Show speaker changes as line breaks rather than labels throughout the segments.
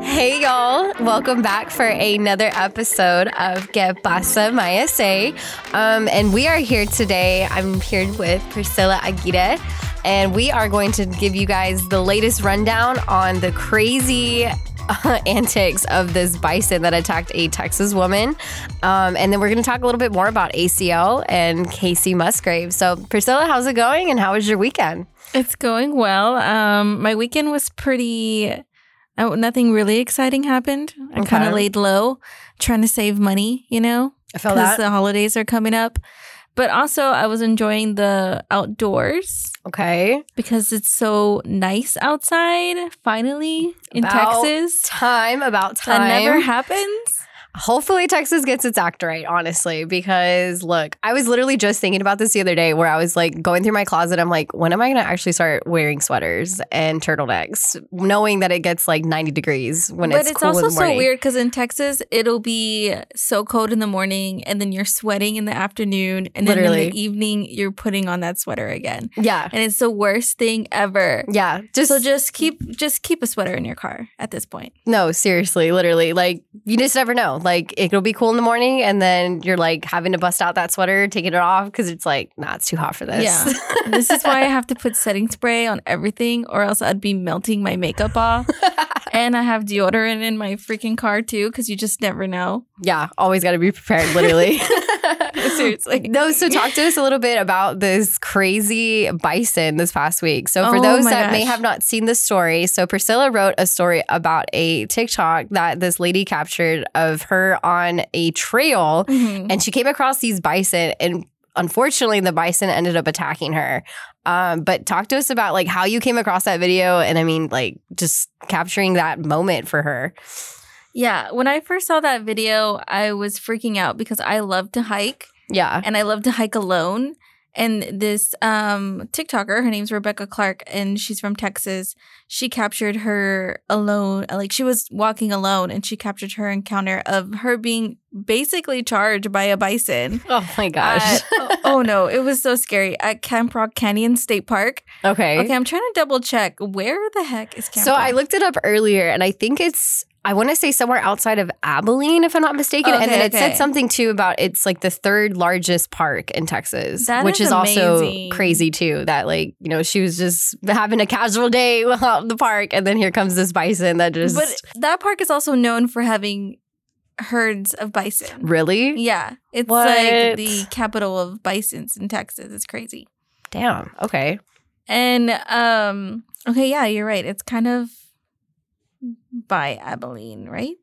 Hey, y'all. Welcome back for another episode of Get Pasa My Essay. Um, and we are here today. I'm here with Priscilla Aguirre, and we are going to give you guys the latest rundown on the crazy uh, antics of this bison that attacked a Texas woman. Um, and then we're going to talk a little bit more about ACL and Casey Musgrave. So, Priscilla, how's it going, and how was your weekend?
It's going well. Um, my weekend was pretty. Uh, nothing really exciting happened. I kind
Okay.
of laid low, trying to save money. You know,
I feel
the holidays are coming up. But also, I was enjoying the outdoors
Okay.
because it's so nice outside. Finally, in
About
Texas,
Time about time.
that never happens.
Hopefully, Texas gets its act right, honestly, because look, I was literally just thinking about this the other day where I was like going through my closet. I'm like, when am I going to actually start wearing sweaters and turtlenecks, knowing that it gets like 90 degrees when
but
it's,
it's,
cool in
also
the morning?
so weird because in Texas, it'll be so cold in the morning, and then you're sweating in the afternoon, and then
Literally.
in the evening, you're putting on that sweater again.
Yeah.
and it's the worst thing ever.
Yeah. Just,
So just keep just keep a sweater in your car at this point.
no, seriously, literally. Like, you just never know. Like, it'll be cool in the morning, and then you're like having to bust out that sweater, taking it off because it's like, nah, it's too hot for this.
Yeah. this is why I have to put setting spray on everything, or else I'd be melting my makeup off. and I have deodorant in my freaking car too, because you just never know.
yeah. Always got to be prepared, literally.
Seriously.
No, so talk to us a little bit about this crazy bison this past week. So, for
Oh
those
my
that may
gosh.
have not seen the story, so Priscilla wrote a story about a TikTok that this lady captured of her on a trail
Mhm.
and she came across these bison and unfortunately the bison ended up attacking her. Um, but talk to us about like how you came across that video and I mean like just capturing that moment for her.
Yeah. When I first saw that video, I was freaking out because I love to hike.
Yeah.
and I love to hike alone. And this um, TikToker, her name's Rebecca Clark, and she's from Texas. She captured her alone, like she was walking alone, and she captured her encounter of her being basically charged by a bison.
Oh my gosh.
At- oh, oh no, it was so scary at Camp Rock Canyon State Park.
okay.
Okay, I'm trying to double check. Where the heck is Camp
So
Rock?
I looked it up earlier, and I think it's I want to say somewhere outside of Abilene, if I'm not mistaken. and then
Okay,
it said
okay.
something too about it's like the third largest park in Texas,
That
which
is
is, also
amazing.
crazy too. That like you know she was just having a casual day out in the park, and then here comes this bison that just
But that park is also known for having herds of bison.
really
Yeah, it's
What?
like the capital of bisons in Texas. It's crazy.
damn okay
And um okay, yeah, you're right. It's kind of by Abilene, right?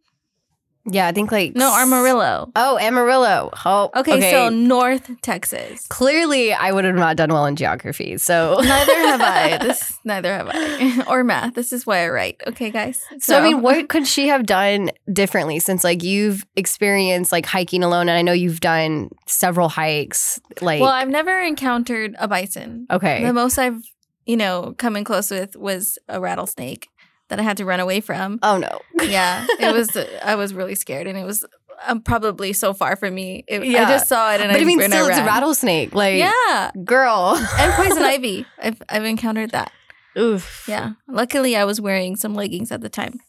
yeah I think like
No, Amarillo.
oh Amarillo oh
Okay, so North Texas.
clearly I would have not done well in geography so.
Neither have I. This neither have I. or math. This is why I write. Okay, guys.
So I mean, what could she have done differently since like you've experienced like hiking alone and I know you've done several hikes like
Well, I've never encountered a bison.
okay.
The most I've, you know, come in close with was a rattlesnake that I had to run away from.
oh no.
yeah it was i was really scared and it was um, probably so far from me It-
Yeah.
i just saw it and
But
I,
I mean
and
still
I
it's a
ran.
rattlesnake like
yeah
girl.
and poison ivy I've, I've encountered that
Oof.
yeah luckily i was wearing some leggings at the time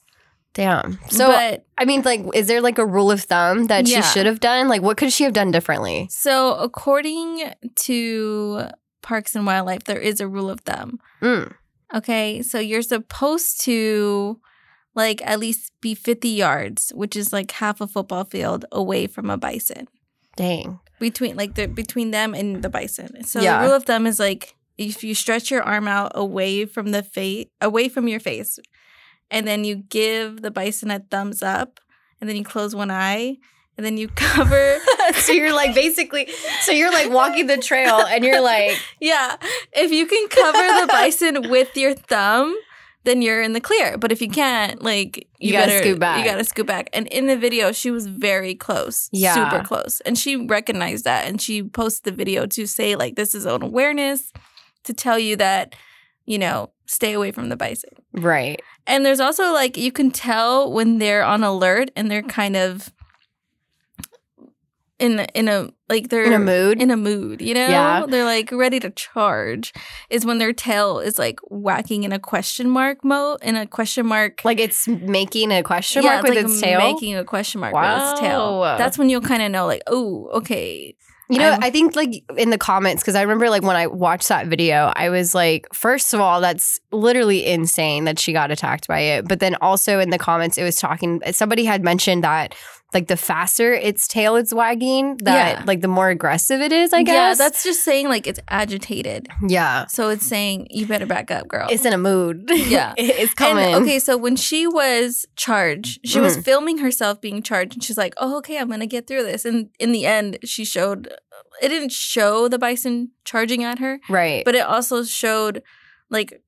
Damn. So
but
I mean like is there like a rule of thumb that
Yeah.
she should have done? Like what could she have done differently?
so according to parks and wildlife there is a rule of thumb
Mm.
okay so you're supposed to like at least be 50 yards which is like half a football field away from a bison
Dang.
between like the between them and the bison. So
Yeah.
the rule of thumb is like if you stretch your arm out away from the face, away from your face, and then you give the bison a thumbs up, and then you close one eye, and then you cover.
so you're like basically so you're like walking the trail and you're like
yeah, if you can cover the bison with your thumb. Then you're in the clear, but if you can't, like
You gotta scoot back.
You gotta scoot back. And in the video, she was very close,
Yeah.
super close, and she recognized that, and she posted the video to say like this is own awareness, to tell you that, you know, stay away from the bison.
Right.
And there's also like you can tell when they're on alert and they're kind of in in a like they're
in a mood.
in a mood, you know?
Yeah.
They're like ready to charge is when their tail is like whacking in a question mark mode in a question mark
like it's making a question
Yeah,
mark with its tail.
making a question mark with its tail.
Wow.
That's when you'll kind of know like, "Oh, okay.
You know,
I'm-
i think like in the comments, because I remember like when I watched that video, I was like, first of all, that's literally insane that she got attacked by it. But then also in the comments, it was talking, somebody had mentioned that like the faster its tail is wagging, that
Yeah.
like the more aggressive it is, I guess.
Yeah, that's just saying like it's agitated.
yeah.
So it's saying you better back up, girl.
It's in a mood.
Yeah.
It- it's
And,
coming. Mm.
okay, so when she was charged, she was filming herself being charged, and she's like, "Oh, okay, I'm gonna get through this." And in the end, she showed it didn't show the bison charging at her,
Right.
but it also showed like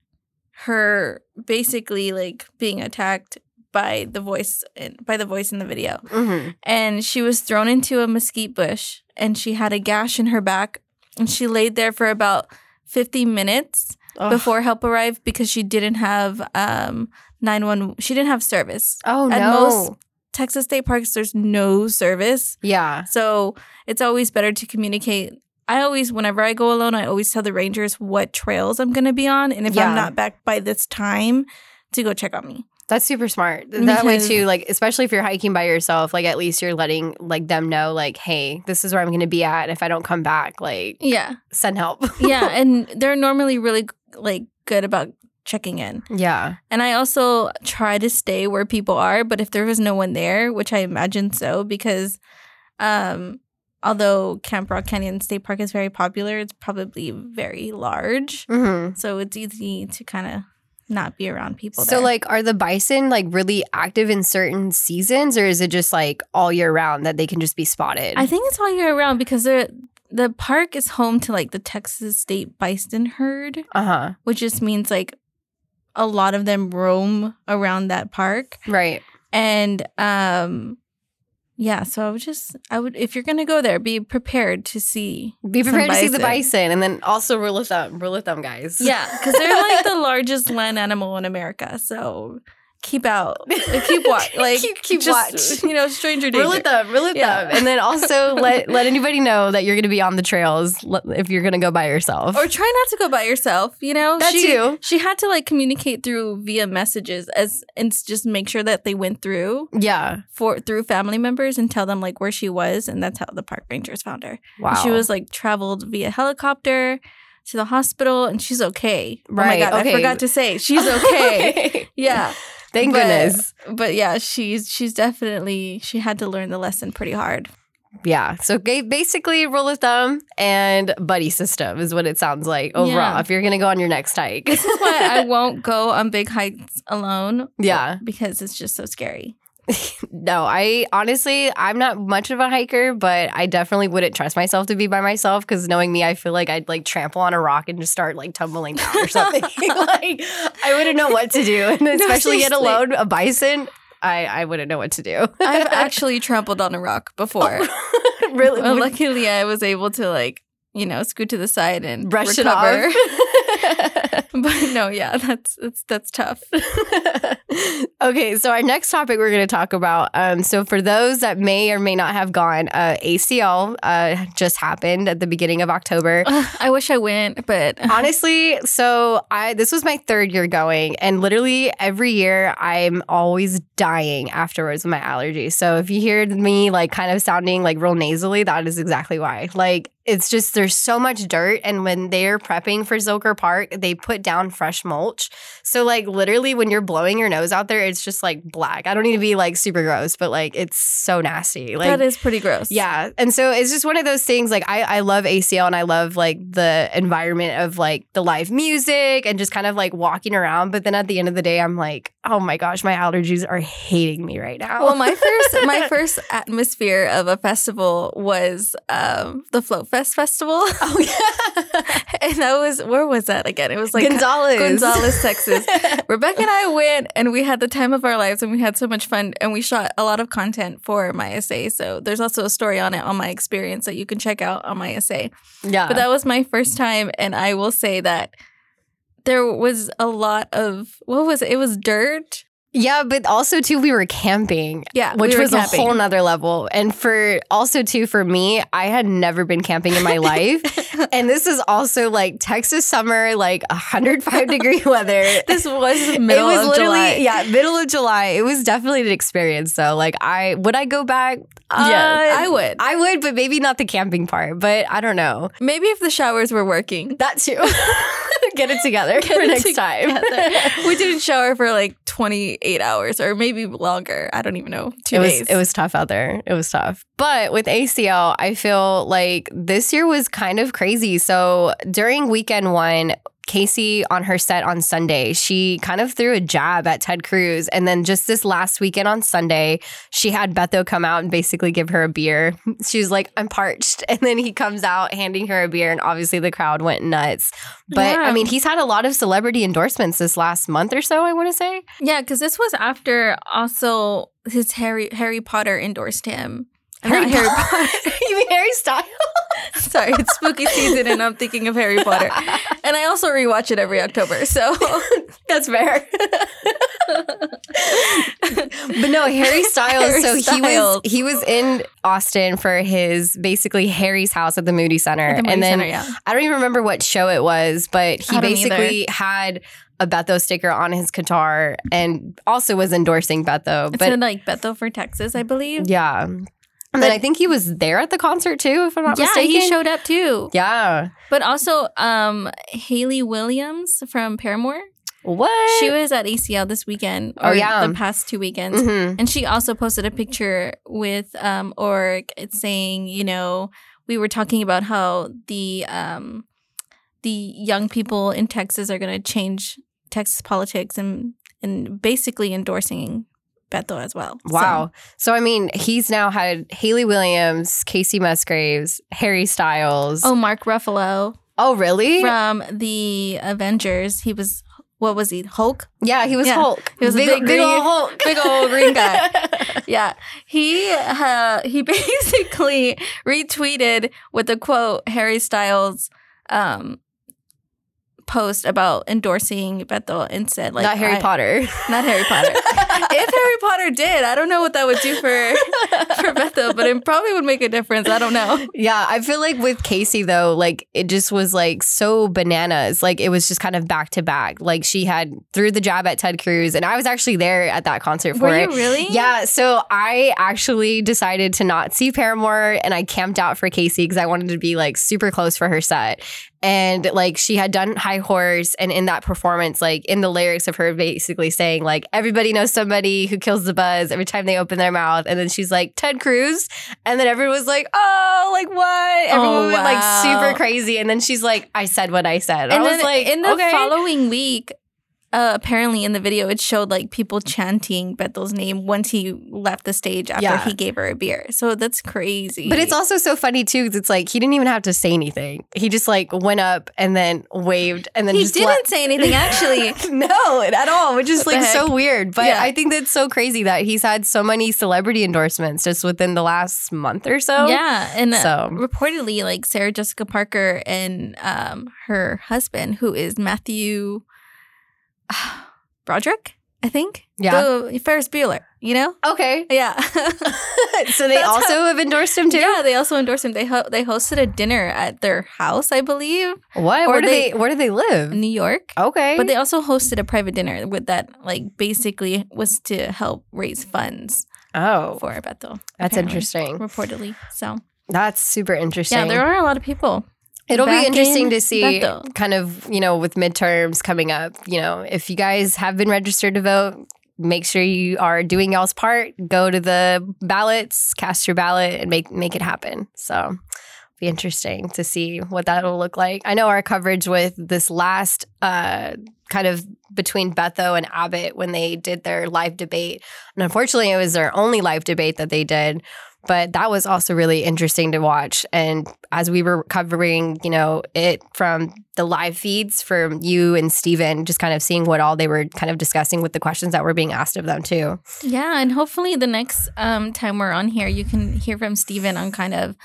her basically like being attacked by the voice in, by the voice in the video,
Mhm.
and she was thrown into a mesquite bush, and she had a gash in her back, and she laid there for about fifty minutes
Ugh.
before help arrived because she didn't have um 911 she didn't have service
Oh,
at
no.
most- texas state parks there's no service
yeah.
so it's always better to communicate i always whenever i go alone i always tell the rangers what trails i'm going to be on and if
Yeah.
i'm not back by this time to go check on me
That's super smart. That way
Because-
too, like especially if you're hiking by yourself, like at least you're letting like them know, like, hey, this is where I'm gonna be at. And if I don't come back, like
yeah
send help.
yeah and they're normally really like good about checking in
yeah.
And I also try to stay where people are, but if there was no one there, which I imagine so, because um, although Camp Rock Canyon State Park is very popular, it's probably very large.
hmm
So it's easy to kind of not be around people.
So
there.
like are the bison like really active in certain seasons or is it just like all year round that they can just be spotted?
I think it's all year round because they're. The park is home to like the Texas state bison herd,
uh-huh.
which just means like a lot of them roam around that park.
Right.
And um yeah, so I would just I would if you're gonna go there, be prepared to see.
Be
Some
prepared to see the
bison.
bison and then also rule of thumb, rule of thumb guys.
Yeah, because they're like the largest land animal in America. So keep out, keep watch, like
keep, keep
just,
watch.
You know, stranger danger.
Rule it up, rule it
Yeah.
up, and then also let let anybody know that you're going to be on the trails le- if you're going to go by yourself.
Or try not to go by yourself. You know,
That
she,
too.
She had to like communicate through via messages as and just make sure that they went through
yeah,
for through family members and tell them like where she was, and that's how the park rangers found her.
wow.
She was like traveled via helicopter to the hospital and she's okay.
Right,
Oh my god,
okay.
I forgot to say she's okay. yeah.
Thank
But-
goodness.
But yeah, she's she's definitely she had to learn the lesson pretty hard.
Yeah. So ga- basically, rule of thumb and buddy system is what it sounds like overall.
Yeah.
If you're going to go on your next hike,
This is why I won't go on big hikes alone.
Yeah.
Because it's just so scary.
no, I honestly, I'm not much of a hiker, but I definitely wouldn't trust myself to be by myself because knowing me, I feel like I'd like trample on a rock and just start like tumbling down or something. like I wouldn't know what to do, and especially yet
seriously.
alone a bison. I, I wouldn't know what to do.
I've actually trampled on a rock before.
Oh, really,
But luckily I was able to like, you know, scoot to the side and
brush
recover.
it off.
but no, yeah, that's that's that's tough.
okay, so our next topic we're going to talk about. Um, so for those that may or may not have gone, uh, ACL uh, just happened at the beginning of October.
Ugh, I wish I went, but
Oh, Honestly, so I this was my third year going, and literally every year I'm always dying afterwards with my allergies. So if you hear me like kind of sounding like real nasally, that is exactly why. Like it's just there's so much dirt, and when they're prepping for Zilker Park, they put down fresh mulch. So like literally when you're blowing your nose out there, it's just like black. I don't need to be like super gross, but like it's so nasty. Like
that is pretty gross.
yeah. And so it's just one of those things like I, I love ACL and I love like the environment of like the live music and just kind of like walking around. But then at the end of the day, I'm like, oh my gosh, my allergies are hating me right now.
Well, my first my first atmosphere of a festival was um, the Float Fest festival,
oh, yeah.
and I was where was that again? It was like
Gonzalez.
Gonzales, Texas. Rebecca and I went, and we had the time of our lives, and we had so much fun, and we shot a lot of content for my essay. So there's also a story on it on my experience that you can check out on my essay.
yeah.
But that was my first time, and I will say that there was a lot of what was it? It was dirt
Yeah, but also too, we were camping.
Yeah,
Which
we were
was
camping.
a whole nother level. And for also too, for me, I had never been camping in my life. and this is also like Texas summer, like 105 degree weather.
This was the middle
it was
of
literally,
July.
yeah, middle of July. It was definitely an experience though. Like I would I go back? Uh,
Yeah, I would.
I would, but maybe not the camping part. But I don't know.
Maybe if the showers were working.
That too. Get it together for next time.
we didn't shower for like 28 hours or maybe longer. I don't even know. Two
it
days.
Was, it was tough out there. It was tough. But with ACL, I feel like this year was kind of crazy. So during weekend one, Casey on her set on Sunday, she kind of threw a jab at Ted Cruz. And then just this last weekend on Sunday, she had Betho come out and basically give her a beer. She was like, I'm parched. And then he comes out handing her a beer. And obviously the crowd went nuts. But
Yeah.
I mean, he's had a lot of celebrity endorsements this last month or so, I want to say.
Yeah, because this was after also his Harry Harry Potter endorsed him. Not Harry Potter.
you mean Harry Styles?
Sorry, it's spooky season and I'm thinking of Harry Potter. And I also rewatch it every October. So
That's fair. but no, Harry Styles.
Harry
so he was
Styles.
he was in Austin for his basically Harry's house at the Moody Center,
At the Moody
and then
Center, yeah.
I don't even remember what show it was, but he
I don't
basically had a Betho sticker on his guitar and also was endorsing Betho.
It's
But
in like Bethel for Texas, I believe.
yeah, and then I think he was there at the concert too, if I'm not
yeah,
mistaken.
he showed up too.
yeah,
But also um Haley Williams from Paramore.
what?
She was at ACL this weekend
Oh,
or
yeah.
the past two weekends.
Mhm.
And she also posted a picture with um org it's saying, you know, we were talking about how the um the young people in Texas are going to change Texas politics and and basically endorsing Beto as well. So,
Wow. So, I mean, he's now had Haley Williams, Casey Musgraves, Harry Styles.
oh, Mark Ruffalo
Oh, really?
from the Avengers. He was what was he? Hulk?
Yeah, he was
Yeah.
Hulk.
He was a
big,
big
big
green-
old Hulk.
big old green guy. Yeah, he uh, he basically retweeted with the quote Harry Styles um, post about endorsing Bethel and said like
Not Harry
I-
Potter.
not Harry Potter. if Harry Potter did, I don't know what that would do for for Bethel, but it probably would make a difference. I don't know.
Yeah, I feel like with Casey though, like it just was like so bananas. Like it was just kind of back to back. Like she had threw the jab at Ted Cruz, and I was actually there at that concert for
Were
it.
you really?
Yeah, so I actually decided to not see Paramore and I camped out for Casey because I wanted to be like super close for her set. And like she had done High Horse, and in that performance, like in the lyrics of her basically saying, like, everybody knows somebody who kills the buzz every time they open their mouth. And then she's like, Ted Cruz. And then everyone was like, oh, like what? Everyone
Oh,
went like
wow.
super crazy. And then she's like, I said what I said. I
And
was
then
like,
in the
okay.
following week, uh, apparently in the video, it showed like people chanting Bethel's name once he left the stage after
Yeah.
he gave her a beer. So that's crazy.
But it's also so funny too because it's like he didn't even have to say anything. He just like went up and then waved and then
he
just
didn't
let-
say anything actually.
no, at all, which is
What the
like so
heck?
weird. But
Yeah.
I think that's so crazy that he's had so many celebrity endorsements just within the last month or so.
yeah, and uh,
So
reportedly, like Sarah Jessica Parker and um, her husband, who is Matthew Broderick, I think.
Yeah.
the Ferris Bueller. You know,
okay,
yeah.
so they
That's
also have endorsed him too.
yeah, they also endorsed him. They ho- they hosted a dinner at their house, I believe,
What?
Or
Where do
they-
they, Where do they live?
in New York.
Okay,
But they also hosted a private dinner with that, like, basically was to help raise funds
oh,
for Bethel.
that's
apparently,
interesting.
Reportedly. So,
That's super interesting.
yeah, there are a lot of people.
It'll
back
be interesting
in
to see
Bethel.
kind of, you know, with midterms coming up, you know, if you guys have been registered to vote, make sure you are doing y'all's part, go to the ballots, cast your ballot and make make it happen. So be interesting to see what that'll look like. I know our coverage with this last uh kind of between Betho and Abbott when they did their live debate. And unfortunately, it was their only live debate that they did. But that was also really interesting to watch. And as we were covering, you know, it from the live feeds from you and Steven, just kind of seeing what all they were kind of discussing with the questions that were being asked of them, too.
Yeah, and hopefully the next um, time we're on here, you can hear from Steven on kind of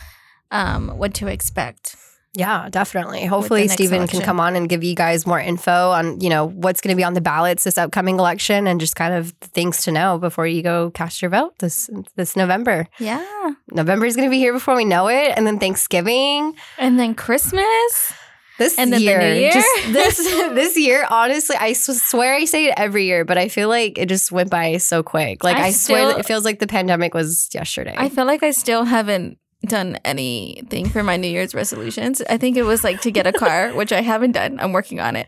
um, what to expect
Yeah, definitely. Hopefully,
next
Stephen
election.
can come on and give you guys more info on you know what's going to be on the ballots this upcoming election and just kind of things to know before you go cast your vote this this November.
Yeah.
November is going to be here before we know it, and then Thanksgiving
And then Christmas.
this
And then the
year.
new year?
Just this this year, honestly, I s- swear I say it every year, but I feel like it just went by so quick. Like
I
I, swear,
still-
that it feels like the pandemic was yesterday.
I feel like I still haven't done anything for my New Year's resolutions. I think it was like to get a car, which I haven't done. I'm working on it.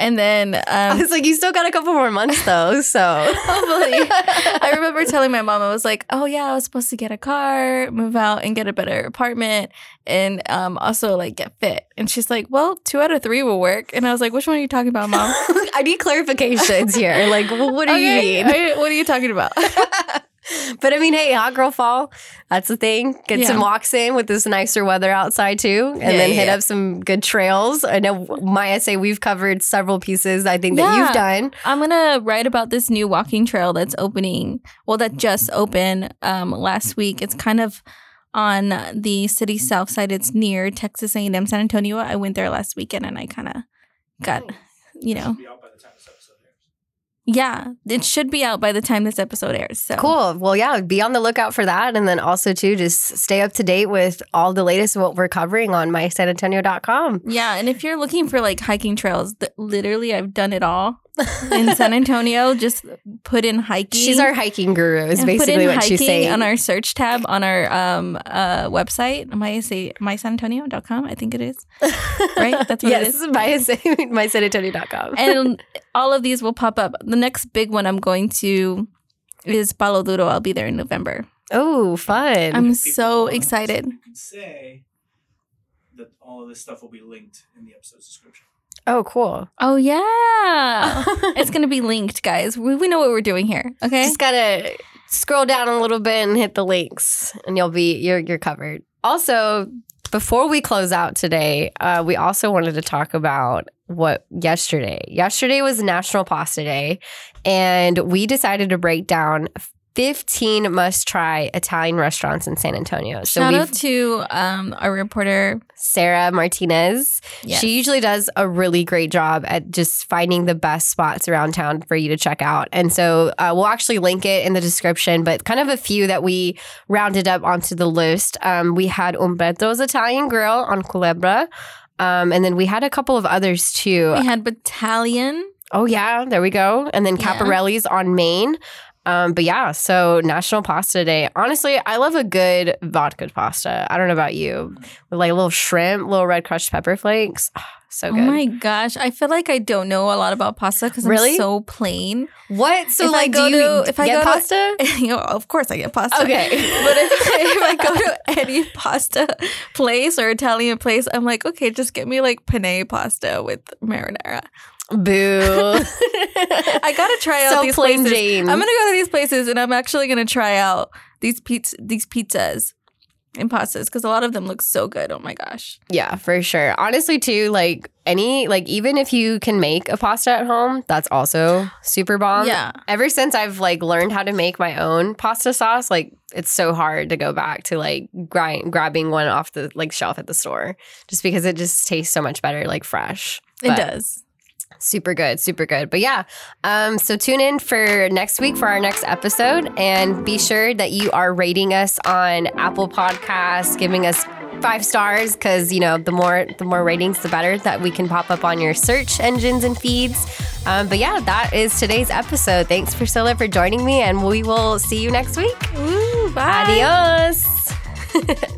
And then
I
um,
was like, you still got a couple more months though, so
Hopefully. I remember telling my mom, I was like, oh, yeah, I was supposed to get a car, move out, and get a better apartment, and um, also like get fit. And she's like, well, two out of three will work. And I was like, which one are you talking about, mom?
I need clarifications here. Like, well, what do
Okay,
you mean?
I- what are you talking about?
but I mean, hey, hot girl fall. That's the thing. Get some
Yeah.
walks in with this nicer weather outside too, and
Yeah,
then
yeah,
hit
yeah.
up some good trails. I know my essay we've covered several pieces. I think that you've
Yeah.
done.
I'm gonna write about this new walking trail that's opening. Well, that just opened um, last week. It's kind of on the city south side. It's near Texas A&M San Antonio. I went there last weekend, and I kind of got, you know, yeah, it should be out by the time this episode airs. So
Cool. Well, yeah, be on the lookout for that, and then also too, just stay up to date with all the latest of what we're covering on mysanantonio.com.
Yeah, and if you're looking for like hiking trails, th- literally I've done it all in San Antonio. Just put in hiking.
She's our hiking guru. Is
and
basically what she's saying.
on our search tab on our um uh website my say mysanantonio.com i think it is right? That's what it
yes,
is?
my essay, mysanantonio.com.
and all of these will pop up the next big one i'm going to is palo duro i'll be there in november
Oh, fun.
i'm so excited
You can say that all of this stuff will be linked in the episode's description.
oh, cool.
oh yeah it's gonna be linked guys we, we know what we're doing here okay
Just gotta scroll down a little bit and hit the links, and you'll be you're you're covered. Also, before we close out today, uh, we also wanted to talk about what yesterday. Yesterday was National Pasta Day, and we decided to break down. 15 must try Italian restaurants in San Antonio. So
shout
we've
out to um our reporter
Sarah Martinez.
Yes.
She usually does a really great job at just finding the best spots around town for you to check out. And so uh, we'll actually link it in the description, but kind of a few that we rounded up onto the list. Um, we had Umberto's Italian Grill on Culebra. Um, and then we had a couple of others too.
we had battalion
Oh, yeah, there we go. And then
Yeah.
Caparelli's on Maine. Um, but yeah, so National Pasta Day. Honestly, I love a good vodka pasta. I don't know about you, with like a little shrimp, little red crushed pepper flakes. Ah, so
oh
good.
my gosh i feel like i don't know a lot about pasta because
Really?
i'm so plain
what? So
If I
like, do
go
you
to- if I
get
go to-
pasta?
you know, of course I get pasta.
Okay.
But if, if I go to any pasta place or Italian place, I'm like, okay, just get me like penne pasta with marinara.
Boo!
I gotta try out
so
these
plain
places.
Jane.
I'm gonna go to these places and I'm actually gonna try out these pizza these pizzas and pastas because a lot of them look so good. Oh my gosh.
Yeah, for sure. Honestly, too, like any, like even if you can make a pasta at home, that's also super bomb.
yeah.
Ever since I've like learned how to make my own pasta sauce, like it's so hard to go back to like grind, grabbing one off the like shelf at the store, just because it just tastes so much better, like fresh.
It
But-
does.
Super good, super good. But yeah, um, so tune in for next week for our next episode and be sure that you are rating us on Apple Podcasts, giving us five stars because you know the more the more ratings the better that we can pop up on your search engines and feeds um, but yeah that is today's episode thanks priscilla for joining me and we will see you next week
Ooh, bye.
adios